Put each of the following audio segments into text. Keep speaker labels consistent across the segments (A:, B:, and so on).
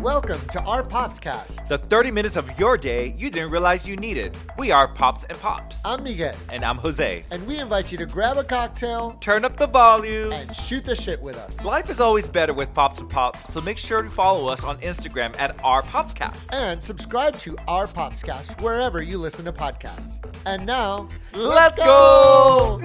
A: Welcome to our Popscast.
B: The 30 minutes of your day you didn't realize you needed. We are Pops and Pops.
A: I'm Miguel,
B: And I'm Jose.
A: and we invite you to grab a cocktail
B: Turn up the volume.
A: and shoot the shit with us.
B: Life is always better with Pops and Pops, so make sure to follow us on Instagram at our Popscast.
A: And subscribe to our Popscast wherever you listen to podcasts. And now,
B: Let's go!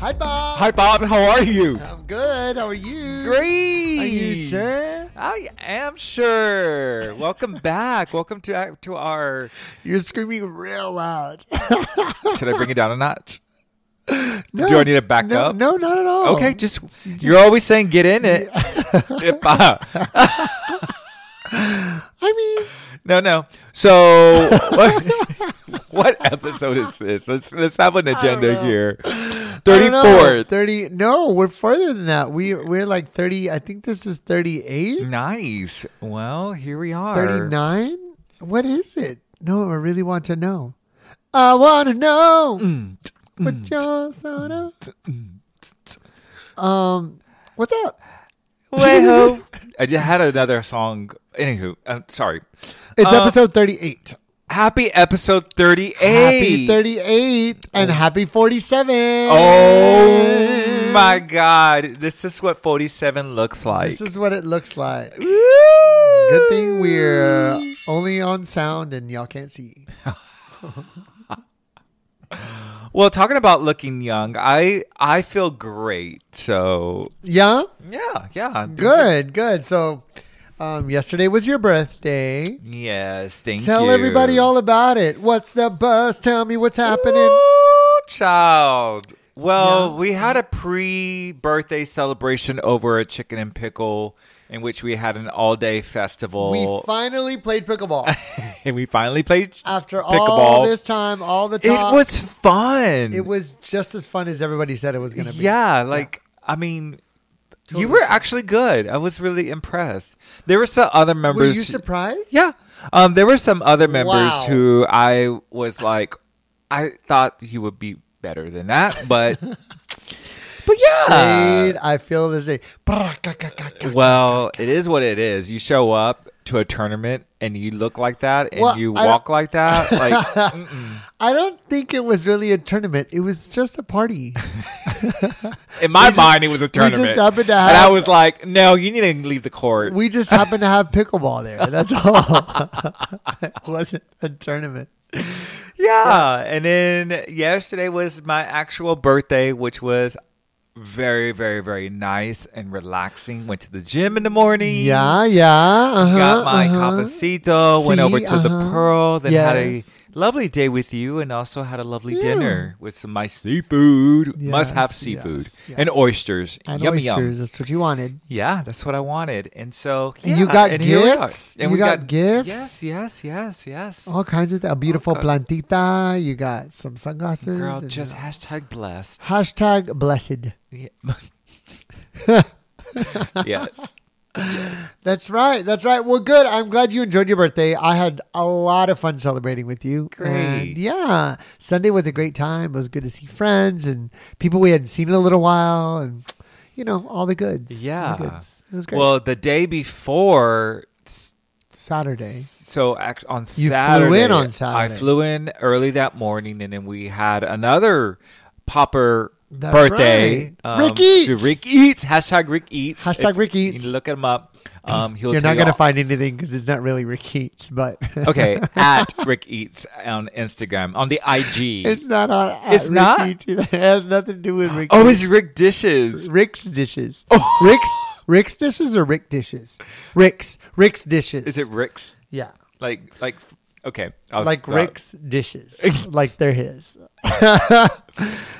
A: Hi, Bob.
C: Hi, Bob. How are you?
A: I'm good. How are you?
B: Great!
A: Are you sure?
B: I am sure. Welcome back. Welcome to uh, to our.
A: You're screaming real loud.
B: Should I bring it down a notch?
A: No,
B: Do I need to back
A: no,
B: up?
A: No, not at all.
B: Okay, just, you're always saying get in it. If, uh,
A: I mean,
B: no, no. So what, what episode is this? Let's let's have an agenda
A: know.
B: here.
A: I don't
B: Thirty
A: know.
B: fourth.
A: Thirty. No, we're further than that. We we're like thirty. I think this is thirty-eight.
B: Nice. Well, here we are.
A: 39? What is it? No, I really want to know. I want to know what you're sort of. Mm. Um, what's up?
B: Way ho. I just had another song. Anywho, I'm sorry.
A: It's
B: Uh,
A: episode 38.
B: Happy episode thirty eight.
A: Happy 38 and happy 47.
B: Oh my God! This is what forty seven looks like.
A: This is what it looks like.
B: Woo!
A: Good thing we're uh, only on sound and y'all can't see.
B: Well, talking about looking young, I I feel great. So
A: Yeah?
B: yeah, yeah, things are-
A: Good, good. So, um, yesterday was your birthday.
B: Yes, thank
A: Tell
B: you.
A: everybody all about it. What's the buzz? Tell me what's happening.
B: Ooh, child. Well,
A: Yeah.
B: we had a pre-birthday celebration over at Chicken and Pickle, in which we had an all-day festival,
A: We finally played pickleball
B: and we finally played.
A: after all
B: Pickleball.
A: this time, all the
B: it
A: time.
B: was fun.
A: It was just as fun as everybody said it was going to be.
B: Yeah, like I mean,
A: Totally
B: you were
A: fun.
B: actually good. I was really impressed. There were some other
A: Were
B: members.
A: you surprised?
B: Yeah. Um, there were some other members
A: Wow.
B: who I was like, I thought you would be better than that, but but yeah.
A: Great. I feel this day. Well,
B: uh, Well, it is what it is. You show up to a tournament and you look like that and
A: Well,
B: you
A: I don't-
B: walk like that. Like, mm-mm.
A: I don't think it was really a tournament. It was just a party.
B: in my mind, it was a tournament.
A: happened to
B: and I
A: have-
B: was like, no, you need to leave the court.
A: We just happened to have pickleball there. That's all. it wasn't a tournament.
B: Yeah. And then yesterday was my actual birthday, which was very, very, very nice and relaxing. Went to the gym in the morning.
A: Yeah, yeah. Uh-huh,
B: Got my
A: uh-huh.
B: cafecito, went over
A: See,
B: to the
A: uh-huh.
B: Pearl, then had a
A: Yes.
B: lovely day with you, and also had a lovely
A: Yeah.
B: dinner with some my seafood. Must have
A: Yes,
B: seafood
A: yes,
B: and
A: yes.
B: oysters.
A: And
B: yum
A: oysters.
B: yum.
A: That's what you wanted.
B: Yeah, that's what I wanted. And so
A: And
B: yeah,
A: you got
B: and here we are.
A: gifts?
B: And
A: You
B: we
A: got gifts?
B: Yes, yes, yes, yes.
A: all kinds of th- a beautiful
B: Okay.
A: plantita. You got some sunglasses.
B: Girl,
A: and,
B: just
A: uh,
B: hashtag blessed.
A: hashtag blessed.
B: Yeah. yes.
A: That's right. That's right. Well, good. I'm glad you enjoyed your birthday. I had a lot of fun celebrating with you.
B: Great.
A: And yeah, Sunday was a great time. It was good to see friends and people we hadn't seen in a little while, and you know all the goods. All the
B: Yeah.
A: goods. It was great.
B: Well, the day before, s-
A: Saturday.
B: so act- on
A: You flew
B: Saturday,
A: in on
B: I
A: Saturday.
B: flew in early that morning, and then we had another popper
A: That's
B: birthday. um,
A: right. Rick Eats!
B: to Rick eats. Hashtag Rick eats.
A: Hashtag
B: If
A: Rick
B: you
A: Eats.
B: Look him up. Um, he'll
A: You're
B: tell
A: not
B: you
A: gonna
B: all-
A: find anything because it's not really Rickett's, but
B: okay, at Rick eats on Instagram on the IG.
A: it's not on. at
B: It's not?
A: Rickett's either. It has nothing to do with Rickett's.
B: oh, it's Oh. Rick dishes.
A: Rick's dishes. Rick's Rick's dishes or Rick dishes? Rick's Rick's dishes.
B: Is it Rick's?
A: Yeah.
B: Like like. Okay, I'll
A: Like
B: stop.
A: Rick's dishes. like they're his.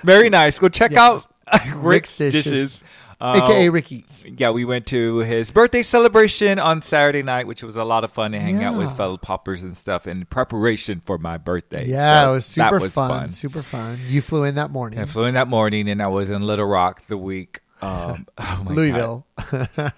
B: Very nice. Go check
A: Yes.
B: out Rick's
A: Rick's Dishes.
B: Dishes. Uh,
A: AKA Ricky's.
B: Yeah, we went to his birthday celebration on Saturday night, which was a lot of fun to hang out with
A: Yeah.
B: fellow poppers and stuff in preparation for my birthday.
A: Yeah,
B: So
A: it was super
B: that was
A: fun,
B: fun.
A: Super fun. You flew in that morning.
B: I flew in that morning and I was in Little Rock the week. Um, oh my
A: Louisville.
B: God.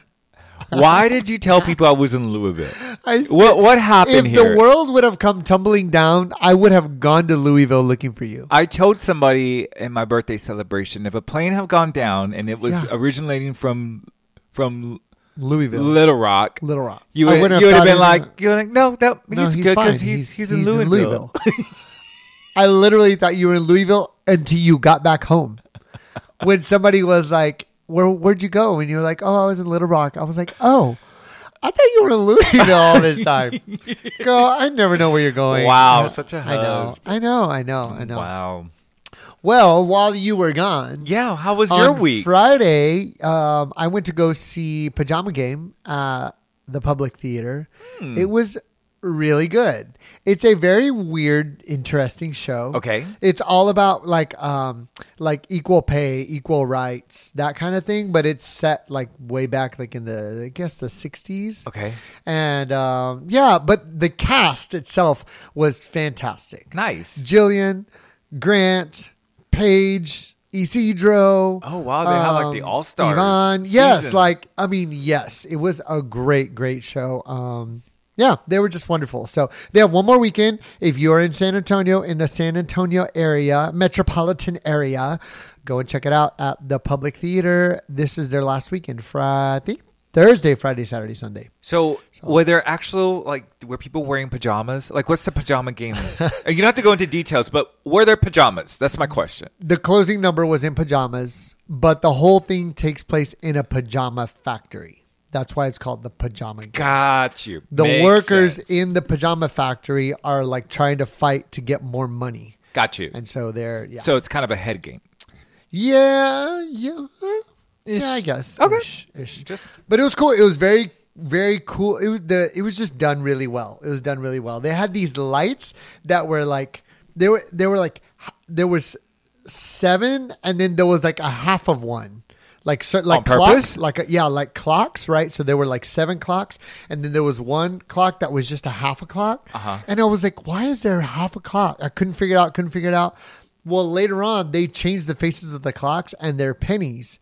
B: Why did you tell people I was in Louisville?
A: I
B: What what
A: if
B: happened here?
A: the world would have come tumbling down, I would have gone to Louisville looking for you.
B: I told somebody in my birthday celebration if a plane had gone down and it was
A: Yeah.
B: originating from from
A: Louisville,
B: Little Rock,
A: Little Rock.
B: you
A: I
B: would,
A: wouldn't
B: you would have
A: thought
B: been
A: anything-
B: like, you're like, no, that,
A: No,
B: he's, good
A: fine.
B: because he's, he's, in Louisville.
A: I literally thought you were in Louisville until you got back home. When somebody was like, "Where where'd you go?" and you were like, "Oh, I was in Little Rock." I was like, "Oh, I thought you were in Louisville all this time, girl. I never know where you're going."
B: Wow,
A: I-
B: such a
A: I know,
B: husband.
A: I know, I know, I know.
B: Wow.
A: Well, while you were gone,
B: Yeah. How was your
A: on
B: week?
A: Friday, um, I went to go see Pajama Game at the Public Theater.
B: Hmm.
A: It was really good. It's a very weird, interesting show.
B: Okay.
A: It's all about like um like equal pay, equal rights, that kind of thing, but it's set like way back like in the I guess the 60s.
B: Okay.
A: And um yeah, but the cast itself was fantastic.
B: Nice.
A: Jillian, Grant, Paige, Isidro.
B: Oh, wow, they had, like, the all-stars
A: um, Yvonne. Yes,
B: season.
A: like I mean, yes, it was a great, great show. Um, yeah, they were just wonderful. So they have one more weekend. If you're in San Antonio, in the San Antonio area, metropolitan area, go and check it out at the Public Theater. This is their last weekend, Friday, I think Thursday, Friday, Saturday, Sunday.
B: So, were there actual like were people wearing pajamas? Like, what's the pajama game? And you don't have to go into details, but were there pajamas? That's my question.
A: The closing number was in pajamas, but the whole thing takes place in a pajama factory. That's why it's called the pajama. Game.
B: Got you.
A: The
B: Makes
A: workers
B: sense.
A: in the pajama factory are like trying to fight to get more money,
B: got you.
A: and so they're yeah,
B: So it's kind of a head game.
A: yeah, yeah, yeah. I
B: Ish.
A: guess
B: Okay.
A: Ish, ish.
B: Just
A: But it was cool. It was very, very cool. It was the. It was just done really well. It was done really well. They had these lights that were like they were they were like h- there was seven, and then there was like a half of one. Like cer like
B: purpose?
A: clocks, like a, yeah, like clocks, right? So there were like seven clocks, and then there was one clock that was just a half a clock.
B: Uh-huh.
A: And I was like, why is there a half a clock? I couldn't figure it out. Couldn't figure it out. Well, later on, they changed the faces of the clocks and they're pennies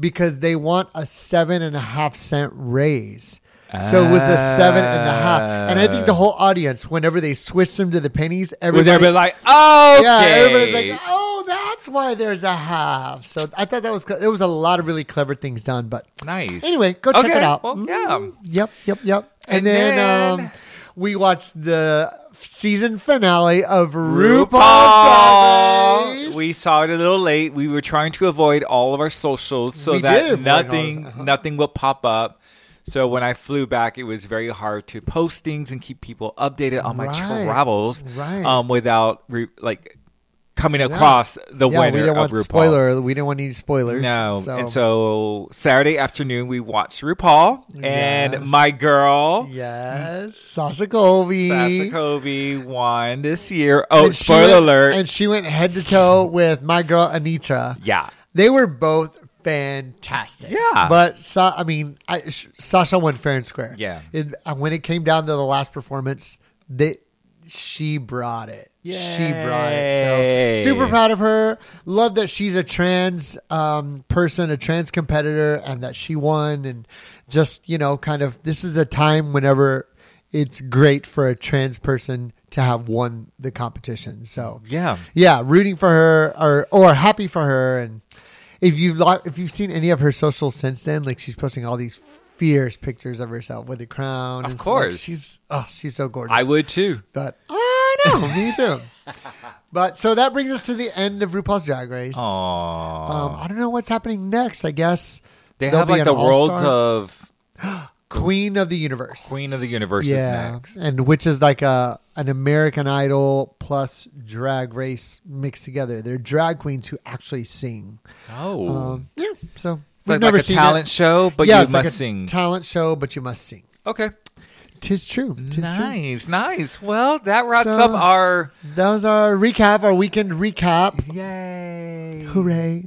A: because they want a seven and a half cent raise. So it was a seven and a half. And I think the whole audience, whenever they switched them to the pennies,
B: was
A: everybody,
B: everybody like, oh, okay.
A: yeah, everybody's like, oh, that's why there's a half. So I thought that was, it was a lot of really clever things done. But
B: nice.
A: "Ah." Anyway, go check
B: Okay,
A: it out.
B: well,
A: Mm,
B: yeah.
A: Yep, yep, yep. And,
B: And
A: then,
B: then-
A: um, we watched the season finale of RuPaul's Drag
B: RuPaul.
A: Race.
B: We saw it a little late. We were trying to avoid all of our socials so
A: We did
B: that
A: avoid
B: nothing
A: all of- uh-huh.
B: nothing will pop up. So when I flew back, it was very hard to post things and keep people updated on my
A: Right.
B: travels
A: Right.
B: um, without re- like coming across the
A: yeah,
B: winner
A: we didn't
B: of
A: want
B: RuPaul.
A: spoiler. We didn't want any spoilers.
B: No,
A: so,
B: and so Saturday afternoon we watched RuPaul
A: Yes.
B: and my girl.
A: yes, Sasha Colby.
B: Sasha Kobe won this year. Oh,
A: And she
B: spoiler
A: went-
B: alert!
A: And she went head to toe with my girl Anitra.
B: yeah,
A: They were both fantastic.
B: Yeah.
A: But Sa- I mean, I, Sh- Sasha won fair and square.
B: Yeah.
A: It, uh, when it came down to the last performance, they she brought it. She brought it.
B: Yay.
A: So, super proud of her. Love that she's a trans um, person, a trans competitor, and that she won. And just you know, kind of this is a time whenever it's great for a trans person to have won the competition. So
B: yeah.
A: yeah, rooting for her or or happy for her. And if you've lo- if you've seen any of her socials since then, like she's posting all these fierce pictures of herself with a crown.
B: Of
A: and, like,
B: course.
A: she's oh she's so gorgeous.
B: I would too.
A: but I know me too. But so that brings us to the end of RuPaul's Drag Race.
B: Aww.
A: Um, I don't know what's happening next. I guess
B: They
A: there'll
B: have
A: be
B: like
A: an
B: the worlds
A: all-star.
B: of
A: Queen of the Universe.
B: Queen of the Universe is next.
A: and which is like a an American Idol plus Drag Race mixed together. They're drag queens who actually sing.
B: Oh.
A: Um, yeah, so
B: it's like, like a
A: seen
B: talent
A: it.
B: show, but
A: yeah,
B: you
A: it's
B: must
A: like a
B: sing.
A: talent show, but you must sing.
B: okay.
A: Tis true. Tis true.
B: Nice, nice. Well, that wraps
A: So-
B: up our
A: That was our recap, our weekend recap.
B: Yay.
A: Hooray!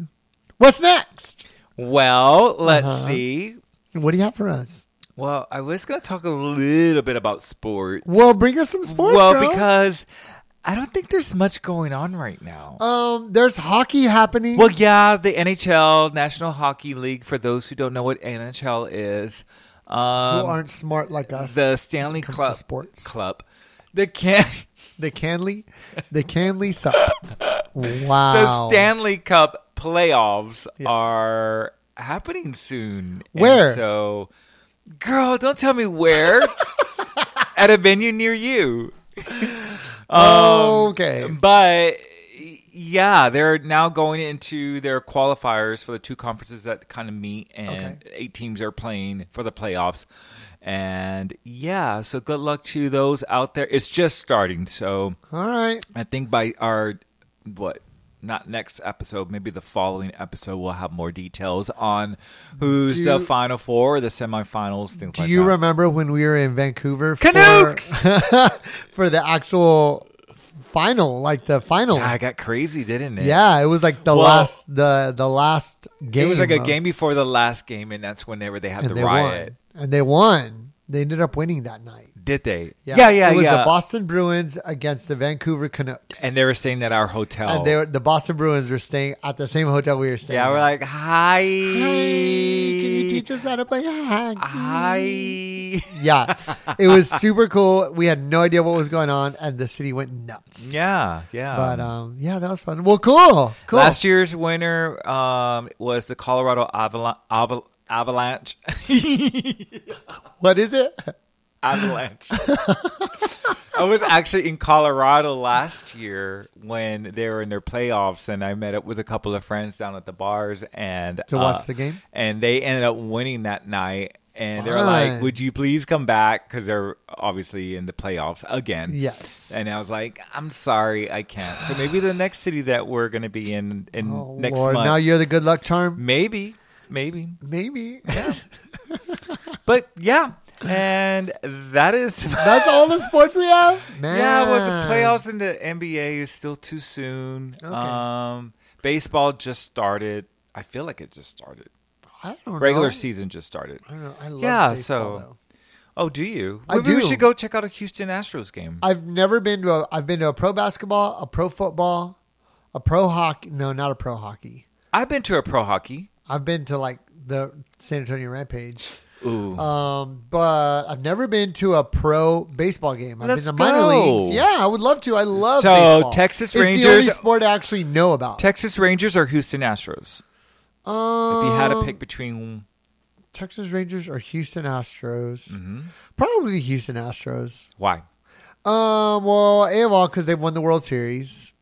A: What's next?
B: Well, let's
A: Uh-huh.
B: see.
A: What do you have for us?
B: Well, I was gonna talk a little bit about sports.
A: Well, bring us some sports.
B: well,
A: girl.
B: because I don't think there's much going on right now.
A: um, there's hockey happening.
B: Well, yeah, the NHL, National Hockey League. For those who don't know what NHL is,
A: who
B: um,
A: aren't smart like us.
B: the Stanley
A: comes to
B: Club
A: sports.
B: Club, the can
A: The Canley, the Canley Sup. Wow.
B: the Stanley Cup playoffs
A: Oh. Yes.
B: are happening soon. And
A: Where?
B: so, girl, don't tell me where. At a venue near you.
A: Oh,
B: Um,
A: okay.
B: But yeah, they're now going into their qualifiers for the two conferences that kind of meet, and eight teams are playing for the playoffs. And yeah, so good luck to those out there. It's just starting, so
A: All right.
B: I think by our what not next episode, maybe the following episode, we'll have more details on who's
A: Do-
B: the final four, the semifinals, things
A: Do
B: like
A: you
B: that.
A: remember when we were in Vancouver for,
B: Canucks!
A: for the actual final, like the final?
B: yeah,
A: Yeah,
B: I got crazy, didn't it?
A: it was like the
B: Well,
A: last the the last game.
B: It was like a
A: of-
B: game before the last game, and that's whenever they had
A: and
B: the
A: they
B: riot.
A: won. And they won. They ended up winning that night.
B: Did they? yeah, yeah.
A: It was
B: yeah.
A: the Boston Bruins against the Vancouver Canucks.
B: and they were staying at our hotel.
A: And they were, the Boston Bruins were staying at the same hotel we were staying.
B: yeah, we're
A: at.
B: like, hi, hi,
A: Hey, can you teach us how to play hockey? Yeah, it was super cool. We had no idea what was going on, and the city went nuts.
B: yeah, yeah.
A: But um, yeah, that was fun. Well, cool, cool.
B: Last year's winner um, was the Colorado Avala- Aval- Avalanche.
A: what is it?
B: Avalanche. I was actually in Colorado last year when they were in their playoffs, and I met up with a couple of friends down at the bars and uh,
A: To watch the game?
B: And they ended up winning that night. And they were like,
A: Fun.
B: "Would you please come back?" Because they're obviously in the playoffs again.
A: Yes.
B: And I was like, "I'm sorry, I can't." So maybe the next city that we're going to be in in
A: Oh,
B: next
A: Lord,
B: month,
A: now you're the good luck charm.
B: maybe, maybe.
A: Maybe
B: But yeah, and that is
A: that's all the sports we have. Man.
B: Yeah, well, the playoffs in the NBA is still too soon.
A: Okay.
B: Um, baseball just started. I feel like it just started.
A: I don't
B: Regular
A: know.
B: season just started.
A: I don't know. I love
B: Yeah,
A: baseball,
B: so-
A: though.
B: Oh, do you?
A: I
B: Maybe we
A: do.
B: should go check out a Houston Astros game.
A: I've never been to a. I've been to a pro basketball, a pro football, a pro hockey. No, not a pro hockey.
B: I've been to a pro hockey.
A: I've been to like the San Antonio Rampage.
B: Ooh.
A: Um, but I've never been to a pro baseball game. I've
B: Let's
A: been to minor
B: go.
A: leagues. Yeah, I would love to. I love
B: So,
A: baseball.
B: Texas
A: It's the
B: Rangers-
A: only sport I actually know about.
B: Texas Rangers or Houston Astros?
A: um,
B: If you had to pick between,
A: Texas Rangers or Houston Astros,
B: Mm.
A: probably the Houston Astros.
B: mm-hmm. why?
A: Um, well, a of all because they won the World Series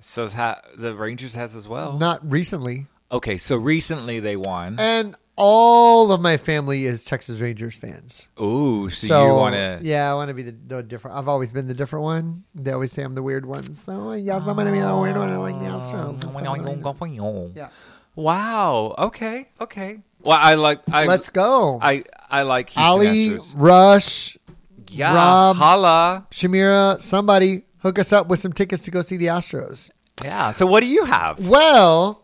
B: So it's ha- the Rangers has as well.
A: not recently,
B: Okay, so recently they won.
A: and all of my family is Texas Rangers fans.
B: Ooh, so,
A: So
B: you want to?
A: yeah, I want to be the, the different. I've always been the different one. They always say I'm the weird one. So "Oh, yeah, I'm gonna be the weird one. I like the
B: Um,
A: Astros. Yeah.
B: Wow. Okay. Okay. Well, I like. I,
A: Let's go.
B: I I like Houston
A: Ali,
B: Astros.
A: Rush,
B: Yeah.
A: Rob.
B: Holla.
A: Shamira, somebody hook us up with some tickets to go see the Astros.
B: Yeah. So what do you have?
A: Well,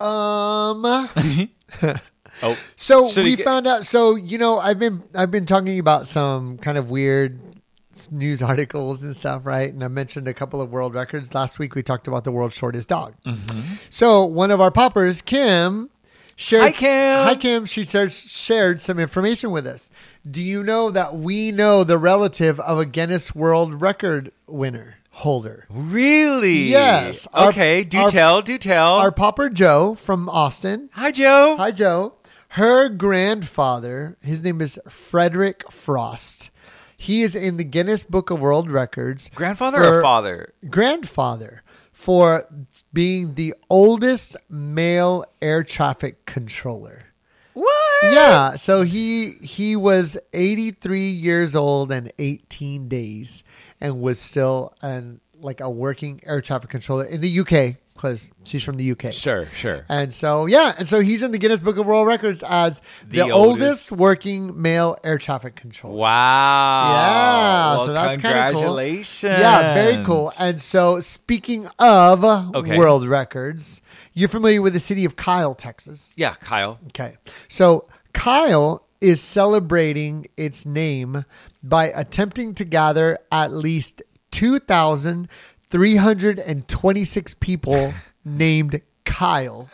A: um,
B: Oh.
A: so
B: Should
A: we
B: it get-
A: found out. So you know, I've been I've been talking about some kind of weird news articles and stuff, right? And I mentioned a couple of world records last week. We talked about the world's shortest dog. So one of our poppers, Kim, shared.
B: Mm-hmm.
A: Hi,
B: Hi, Kim.
A: Kim. She shared, shared some information with us. Do you know that we know the relative of a Guinness World Record winner holder?
B: Really?
A: Yes. Our-
B: Okay. do
A: our-
B: tell. Do tell.
A: Our popper Joe from Austin.
B: Hi, Joe.
A: Hi, Joe. Her grandfather, his name is Frederick Frost. He is in the Guinness Book of World Records.
B: Grandfather
A: for-
B: or father?
A: Grandfather for being the oldest male air traffic controller.
B: What?
A: Yeah, so he he was 83 years old and 18 days and was still an like a working air traffic controller in the UK cuz she's from the UK.
B: Sure. Sure.
A: And so, yeah, and so he's in the Guinness Book of World Records as the,
B: The
A: oldest.
B: oldest.
A: working male air traffic controller.
B: Wow.
A: Yeah,
B: Well,
A: so that's kind of cool.
B: congratulations.
A: Yeah, very cool. And so, speaking of
B: Okay.
A: world records, you're familiar with the city of Kyle, Texas.
B: Yeah, Kyle.
A: Okay. So, Kyle is celebrating its name by attempting to gather at least 2,326 people named Kyle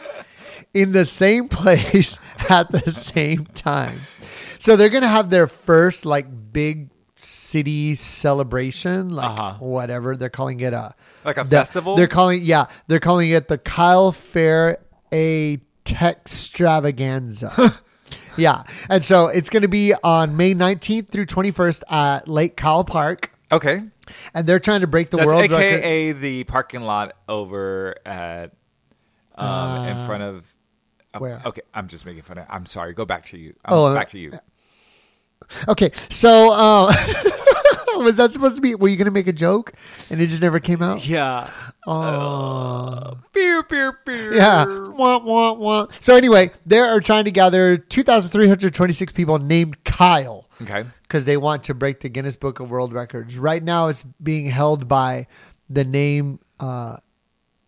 A: in the same place at the same time. So they're going to have their first like big city celebration, like
B: Uh-huh.
A: whatever they're calling it a
B: Like a
A: the-
B: festival?
A: They're calling yeah, they're calling it the Kyle Fair A Textravaganza. yeah. And so it's going to be on May 19th through 21st at Lake Cal Park.
B: Okay.
A: And they're trying to break the
B: That's
A: world record.
B: AKA the parking lot over at um, in front of uh,
A: where?
B: Okay, I'm just making fun of. I'm sorry. Go back to you. i
A: Oh, uh,
B: back to you.
A: Okay, so uh, was that supposed to be? Were you going to make a joke, and it just never came out?
B: Yeah.
A: Oh.
B: Beer, beer, beer.
A: Yeah. Wah, wah, wah. So anyway, they are trying to gather 2,326 people named Kyle
B: Okay.
A: because they want to break the Guinness Book of World Records. Right now, it's being held by the name uh,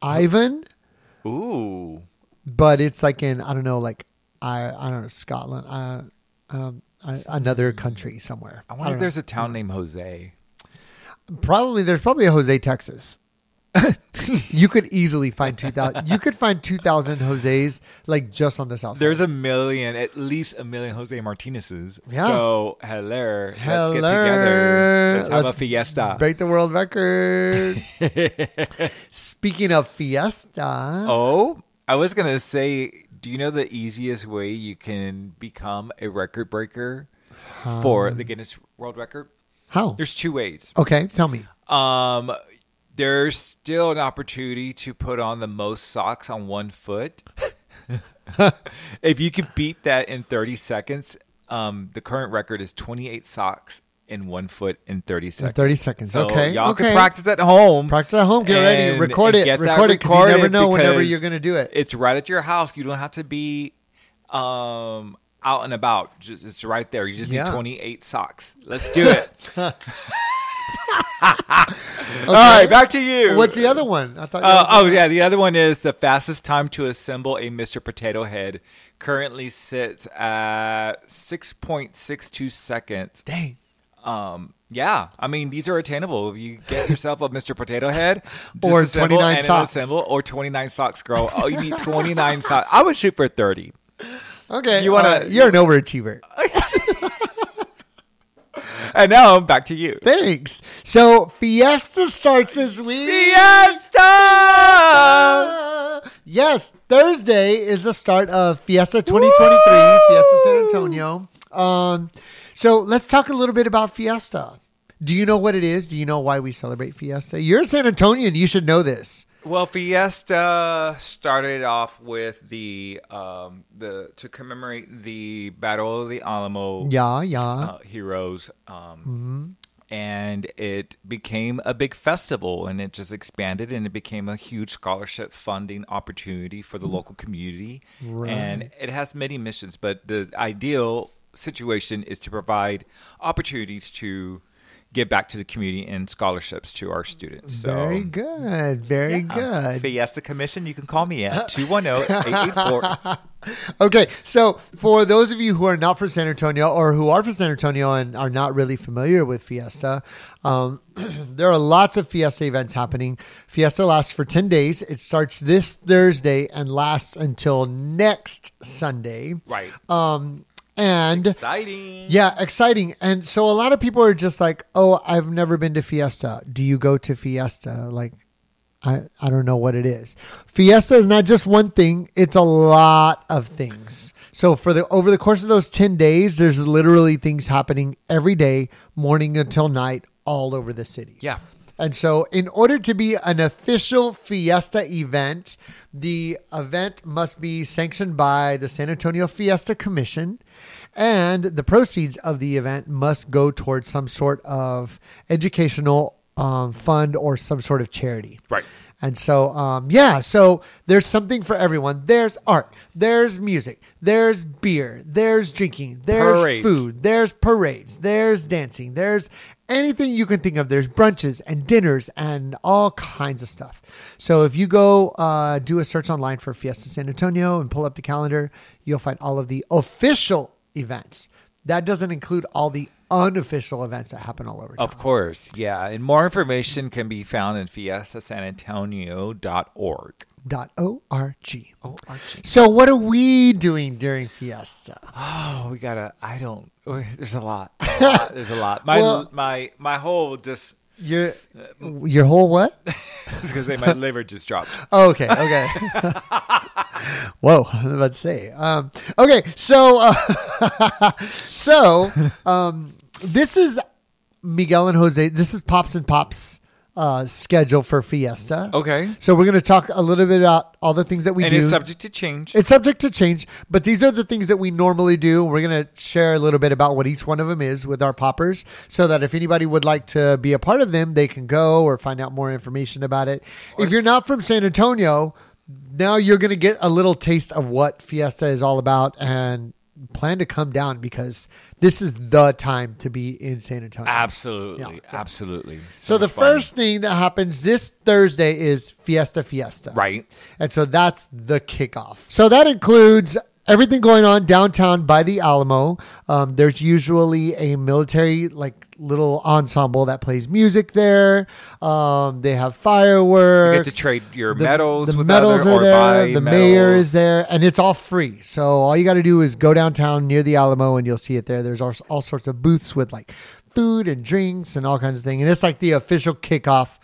A: Ivan,
B: Ooh.
A: but it's like in I don't know, like I I don't know Scotland, uh, um, I, another country somewhere.
B: I
A: don't
B: wonder if
A: know.
B: there's a town named Jose.
A: Probably there's probably a Jose Texas. you could easily find two thousand. You could find two thousand Jose's like just on the south.
B: There's a million, at least a million Jose Martinez's.
A: Yeah.
B: So, hello. Let's get
A: Hello.
B: together. Let's have
A: Let's
B: a fiesta.
A: side. break the world record. Speaking of fiesta,
B: oh, I was going to say, do you know the easiest way you can become a record breaker for the Guinness World Record?
A: how?
B: There's two ways.
A: Okay, tell me.
B: Um, there's still an opportunity to put on the most socks on one foot. if you could beat that in 30 seconds, um, the current record is 28 socks in one foot in 30
A: In
B: seconds.
A: Thirty seconds.
B: So
A: okay,
B: y'all
A: okay.
B: can practice at home.
A: Practice at home. Get ready.
B: and-
A: Record
B: and
A: it.
B: get that
A: Record it because you never
B: recorded
A: know whenever
B: because
A: you're going to do it.
B: It's right at your house. You don't have to be um, out and about. Just, it's right there. You just
A: Yeah.
B: need 28 socks. Let's do it.
A: Okay.
B: All right, back to you.
A: What's the other one? I thought. you
B: Uh,
A: had-
B: oh yeah, the other one is the fastest time to assemble a Mr. Potato Head. Currently sits at six point six two seconds.
A: Dang.
B: Um, yeah, I mean these are attainable. If you get yourself a Mr. Potato Head,
A: Or
B: disassemble
A: 29
B: and
A: socks.
B: assemble, or twenty nine socks, girl. Oh, you need twenty nine socks. I would shoot for thirty.
A: Okay.
B: You wanna-
A: all right, You're an overachiever.
B: And now back to you.
A: Thanks. So Fiesta starts this week.
B: Fiesta.
A: Yes, Thursday is the start of Fiesta 2023,
B: Woo!
A: Fiesta San Antonio. Um, so let's talk a little bit about Fiesta. Do you know what it is? Do you know why we celebrate Fiesta? You're a San Antonian. You should know this.
B: Well, Fiesta started off with the um, the to commemorate the Battle of the Alamo
A: Yeah, yeah.
B: uh, heroes,
A: Mm-hmm.
B: um, and it became a big festival, and it just expanded, and it became a huge scholarship funding opportunity for
A: Mm-hmm.
B: the local community, and it has many missions, but the ideal situation is to provide opportunities to give back to the community and scholarships to our students. So.
A: very good. Very
B: Uh,
A: good. Uh,
B: Fiesta Commission, you can call me at 210-884.
A: Okay, so for those of you who are not from San Antonio or who are from San Antonio and are not really familiar with Fiesta, um, there are lots of Fiesta events happening. Fiesta lasts for 10 days. It starts this Thursday and lasts until next Sunday.
B: right.
A: Um, and
B: Exciting.
A: yeah, exciting. And so a lot of people are just like, "Oh, I've never been to Fiesta. Do you go to Fiesta?" Like I I don't know what it is. Fiesta is not just one thing, it's a lot of things. So for the over the course of those 10 days, there's literally things happening every day, morning until night all over the city.
B: Yeah.
A: And so, in order to be an official Fiesta event, the event must be sanctioned by the San Antonio Fiesta Commission, and the proceeds of the event must go towards some sort of educational um, fund or some sort of charity.
B: Right.
A: And so, um, yeah, so there's something for everyone. There's art, there's music, there's beer, there's drinking, there's
B: Parades.
A: food, there's parades, there's dancing, there's anything you can think of. There's brunches and dinners and all kinds of stuff. So if you go uh, do a search online for Fiesta San Antonio and pull up the calendar, you'll find all of the official events. That doesn't include all the unofficial events that happen all over. town.
B: Of course. Yeah. And more information can be found in fiestasanantonio.org.
A: Dot O-R-G.
B: Oh, Archie.
A: So what are we doing during Fiesta?
B: Oh, we got to I don't oh, there's a lot. A lot. There's a lot. My
A: Well-
B: my my whole just
A: Your your whole what?
B: I was going to say my liver just dropped.
A: Oh, okay, okay. Whoa, I was about to say. Um, okay, so uh, so um, this is Miguel and Jose. This is Pops and Pops uh, schedule for Fiesta.
B: Okay.
A: So we're going to talk a little bit about all the things that we
B: and
A: do.
B: it's subject to change.
A: It's subject to change, but these are the things that we normally do. We're going to share a little bit about what each one of them is with our poppers so that if anybody would like to be a part of them, they can go or find out more information about it.
B: Or
A: if you're
B: s-
A: not from San Antonio, now you're going to get a little taste of what Fiesta is all about and plan to come down because this is the time to be in San Antonio.
B: absolutely,
A: Yeah.
B: absolutely.
A: So
B: much
A: the
B: fun.
A: first thing that happens this Thursday is Fiesta Fiesta.
B: right,
A: And so that's the kickoff. So that includes everything going on downtown by the Alamo. Um, there's usually a military, like, little ensemble that plays music there. Um, they have
B: you
A: fireworks.
B: get to trade your medals
A: the
B: with
A: medals
B: other
A: are
B: or
A: there.
B: buy
A: the
B: medals.
A: mayor is there, and it's all free. So all you got to do is go downtown near the Alamo, and you'll see it there. There's all, all sorts of booths with like food and drinks and all kinds of things, and it's like the official kickoff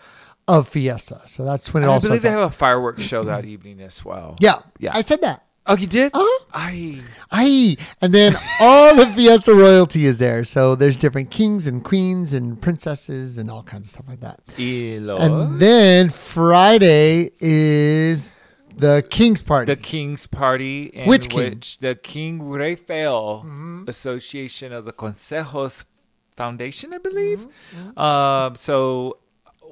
A: of Fiesta. So that's when it
B: And
A: all
B: I believe
A: starts.
B: they
A: up.
B: have a fireworks show that evening as well.
A: yeah,
B: Yeah.
A: I said that.
B: Oh, you did?
A: Uh-huh.
B: I
A: Aye. And then all the Fiesta royalty is there. So there's different kings and queens and princesses and all kinds of stuff like that.
B: Elo.
A: And then Friday is the king's party.
B: The King's Party in
A: Which king? Mm-hmm.
B: the King Rafael Association of the Consejos Foundation, I believe.
A: Mm-hmm.
B: Um, so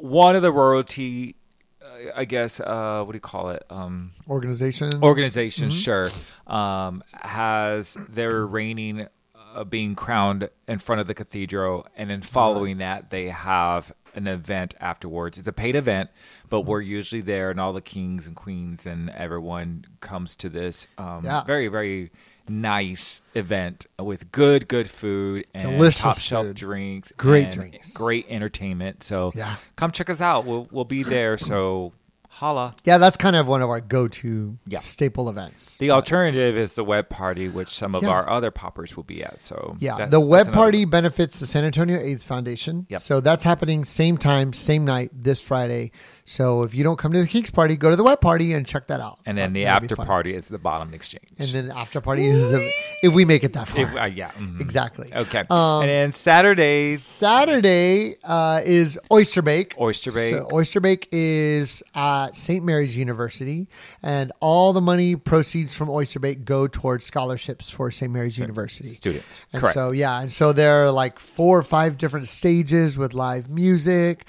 B: one of the royalty, uh, I guess, uh, what do you call it? Um,
A: organization.
B: organization, sure,
A: Mm-hmm.
B: um, has their reigning uh, being crowned in front of the cathedral, and then following that, they have an event afterwards. It's a paid event, but we're usually there, and all the kings and queens and everyone comes to this um,
A: Yeah.
B: very, very nice event with good, good food and
A: Delicious
B: top shelf
A: food.
B: drinks,
A: Great
B: and
A: drinks.
B: great entertainment. So
A: Yeah.
B: come check us out. We'll we'll be there. So holla.
A: Yeah, that's kind of one of our go to
B: Yeah.
A: staple events.
B: The alternative is the web party, which some of
A: Yeah.
B: our other poppers will be at. So
A: Yeah,
B: that-
A: the web
B: that's another-
A: party benefits the San Antonio AIDS Foundation.
B: Yep.
A: So that's happening same time, same night this Friday. So if you don't come to the King's party, go to the web party and check that out.
B: and then the
A: That'll Uh, be
B: after
A: fun.
B: party is the bottom exchange.
A: And then after party is the- if we make it that far.
B: If- uh, yeah, mhm.
A: Exactly.
B: Okay,
A: Um,
B: and then Saturdays,
A: Saturday uh, is Oyster Bake.
B: Oyster Bake.
A: So Oyster Bake is at St. Mary's University, and all the money proceeds from Oyster Bake go towards scholarships for St. Mary's University
B: students.
A: And
B: Correct.
A: so yeah, and so there are like four or five different stages with live music,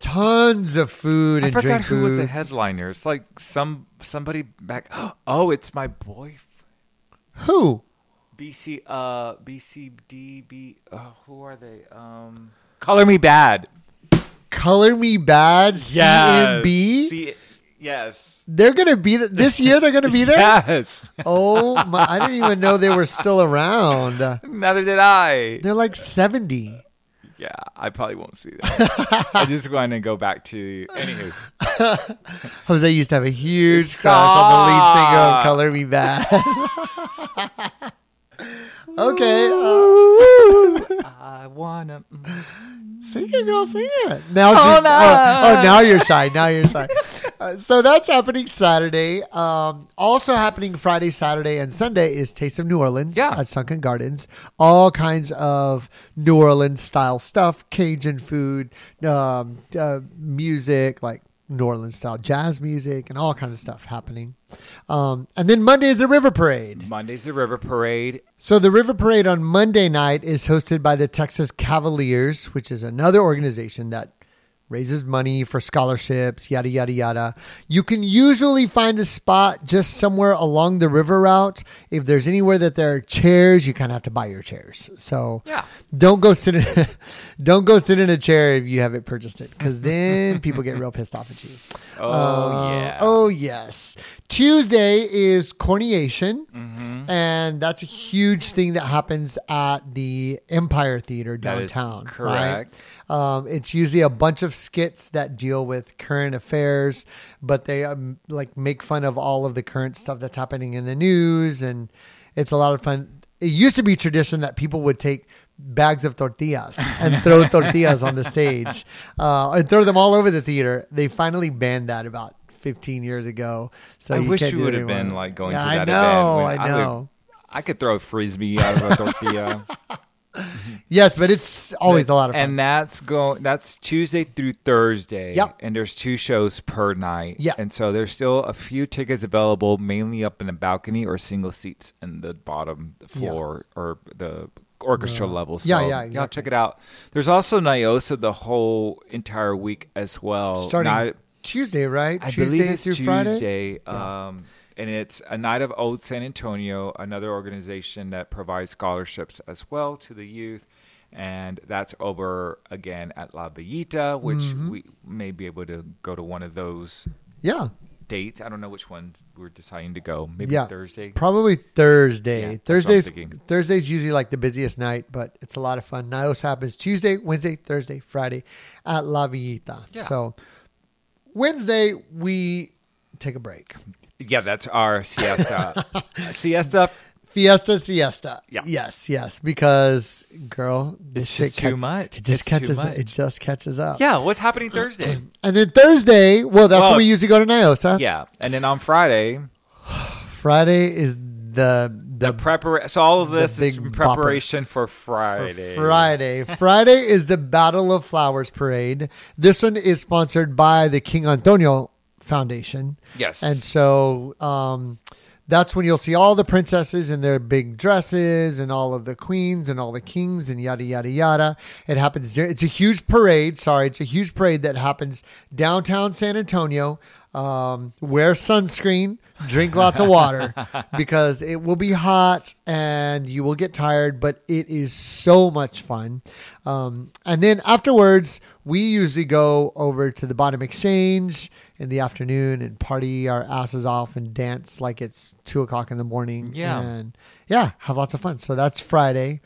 A: tons of food
B: I
A: and drink
B: forgot who was the
A: booths.
B: headliner. It's like some somebody back. Oh, it's my boy.
A: Who?
B: BC, uh, BCDB. Uh, who are they? Um, Color Me Bad.
A: Color Me Bad. CMB.
B: C- yes.
A: they're gonna be th- this year. They're gonna be there.
B: Yes.
A: Oh my! I didn't even know they were still around. Uh,
B: Neither did I.
A: They're like seventy.
B: Yeah, I probably won't see that. I just want to go back to anywho.
A: Jose used to have a huge
B: Stop.
A: crush on the lead singer of Color Me Bad. okay, uh,
B: I wanna. mm.
A: sing it, girl, sing it. Now,
B: Oh,
A: she-
B: no.
A: oh, oh, now you're side. Now you're side. Uh, so that's happening Saturday. Um, also happening Friday, Saturday, and Sunday is Taste of New Orleans
B: Yeah.
A: at Sunken Gardens. All kinds of New Orleans style stuff, Cajun food, um, uh, music, like New Orleans style jazz music, and all kinds of stuff happening. Um, and then Monday is the River Parade.
B: Monday's the River Parade.
A: So the River Parade on Monday night is hosted by the Texas Cavaliers, which is another organization that raises money for scholarships, yada yada yada. You can usually find a spot just somewhere along the river route. If there's anywhere that there are chairs, you kind of have to buy your chairs. So
B: Yeah.
A: don't go sit in don't go sit in a chair if you haven't purchased it cuz then people get real pissed off at you.
B: Oh
A: Uh,
B: yeah.
A: Oh yes. Tuesday is corneation,
B: Mm-hmm.
A: and that's a huge thing that happens at the Empire Theater
B: That is
A: downtown. right?
B: correct.
A: Um, it's usually a bunch of skits that deal with current affairs, but they um, like make fun of all of the current stuff that's happening in the news, and it's a lot of fun. It used to be tradition that people would take bags of tortillas and throw tortillas on the stage, uh, and throw them all over the theater. They finally banned that about 15 years ago. So
B: I
A: you
B: wish
A: can't
B: you
A: do it
B: would have
A: anymore.
B: been like going
A: Yeah,
B: to
A: I
B: that
A: know,
B: event.
A: I
B: when would-
A: know.
B: I could throw a frisbee out of a tortilla.
A: Yes, but it's always a lot of fun.
B: And that's going. That's Tuesday through Thursday.
A: Yep.
B: And there's two shows per night.
A: Yeah.
B: And so there's still a few tickets available, mainly up in the balcony or single seats in the bottom floor or the orchestra level. So
A: Yeah, yeah,
B: Y'all
A: exactly.
B: check it out. There's also Niosa the whole entire week as well.
A: Starting
B: Not-
A: Tuesday, right?
B: I
A: Tuesday
B: believe it's
A: through Friday.
B: Tuesday. Um, and it's a night of Old San Antonio, another organization that provides scholarships as well to the youth. And that's over again at La Bellita, which
A: Mm-hmm.
B: we may be able to go to one of those
A: Yeah,
B: dates. I don't know which one we're deciding to go. Maybe
A: Yeah.
B: Thursday.
A: probably
B: Yeah,
A: Thursday.
B: that's what I'm
A: Thursdays
B: thinking.
A: Thursdays usually like the busiest night, but it's a lot of fun. Nios happens Tuesday, Wednesday, Thursday, Friday at La Villita.
B: Yeah.
A: So Wednesday we take a break.
B: Yeah, that's our siesta. siesta.
A: Fiesta siesta.
B: Yeah.
A: Yes, yes. Because girl, this
B: It's just
A: shit
B: too
A: catch-
B: much.
A: It just
B: It's too
A: catches
B: much.
A: it just catches up.
B: Yeah, what's happening Thursday?
A: And then Thursday, well that's
B: Well,
A: when we usually go to Nios, huh?
B: yeah, and then on Friday,
A: Friday is the the,
B: prepar. So all of this is
A: big
B: in
A: bopper.
B: preparation
A: for
B: for Friday.
A: Friday. Friday is the Battle of Flowers Parade. This one is sponsored by the King Antonio Foundation.
B: Yes.
A: And so um, that's when you'll see all the princesses in their big dresses and all of the queens and all the kings and yada, yada, yada. It happens. dur- It's a huge parade. Sorry. It's a huge parade that happens downtown San Antonio. Um, wear sunscreen, drink lots of water because it will be hot and you will get tired, but it is so much fun. Um, and then afterwards, we usually go over to the bottom exchange in the afternoon and party our asses off and dance like it's two o'clock in the morning.
B: Yeah.
A: And yeah, have lots of fun. So that's Friday.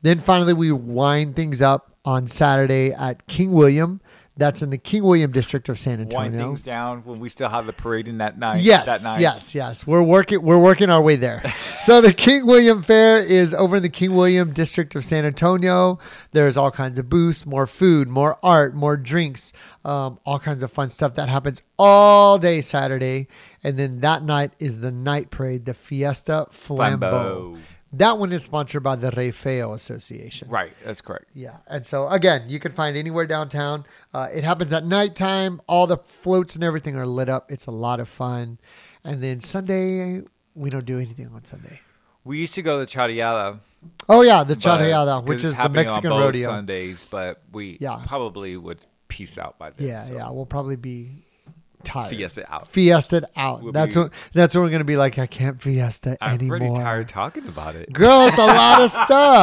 A: Then finally, we wind things up on Saturday at King William. That's in the King William district of San Antonio.
B: wind things down when we still have the parade in that night.
A: Yes,
B: that night.
A: yes, yes. We're working. We're working our way there. so the King William Fair is over in the King William district of San Antonio. There's all kinds of booths, more food, more art, more drinks, um, all kinds of fun stuff that happens all day Saturday, and then that night is the night parade, the Fiesta Flambeau.
B: Flambeau.
A: That one is sponsored by the Refeo Association.
B: Right, that's correct.
A: Yeah, and so again, you can find anywhere downtown. Uh, it happens at nighttime. All the floats and everything are lit up. It's a lot of fun. And then Sunday, we don't do anything on Sunday.
B: We used to go to the Chariada,
A: Oh yeah, the
B: but-
A: charreada,
B: 'cause
A: which
B: it's
A: is the
B: happening
A: Mexican
B: on both
A: rodeo.
B: Sundays, but we
A: Yeah.
B: probably would peace out by then.
A: Yeah,
B: so.
A: yeah, we'll probably be tired.
B: Fiesta out.
A: Fiested out.
B: We'll
A: that's
B: be-
A: what. That's when we're gonna be like, I can't fiesta
B: I'm
A: anymore.
B: pretty tired talking about it.
A: Girl, it's a lot of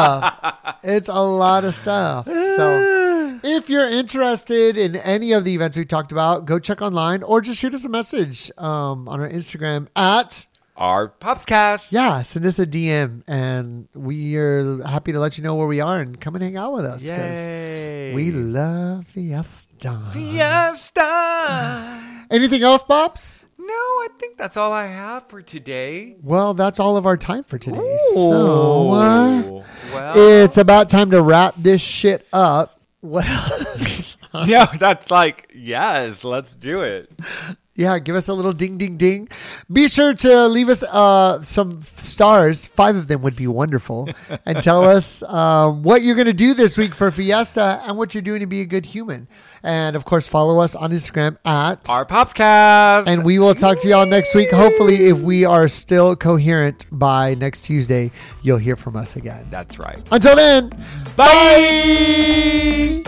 A: stuff. It's a lot of stuff. So, if you're interested in any of the events we talked about, go check online or just shoot us a message um, on our Instagram at
B: Our podcast.
A: yeah, send us a DM, and we are happy to let you know where we are and come and hang out with us
B: Yay.
A: we love fiesta.
B: Fiesta.
A: Anything else, pops?
B: no, I think that's all I have for today.
A: Well, that's all of our time for today. So. uh,
B: Ooh. Uh-huh. well,
A: it's about time to wrap this shit up. Well,
B: no, that's like yes, let's do it.
A: Yeah, give us a little ding, ding, ding. Be sure to leave us uh, some stars. Five of them would be wonderful. And tell us um, what you're going to do this week for Fiesta and what you're doing to be a good human. And of course, follow us on Instagram at.
B: Our podcast.
A: and we will talk to y'all next week. Hopefully, if we are still coherent by next Tuesday, you'll hear from us again.
B: that's right.
A: Until then,
B: Bye.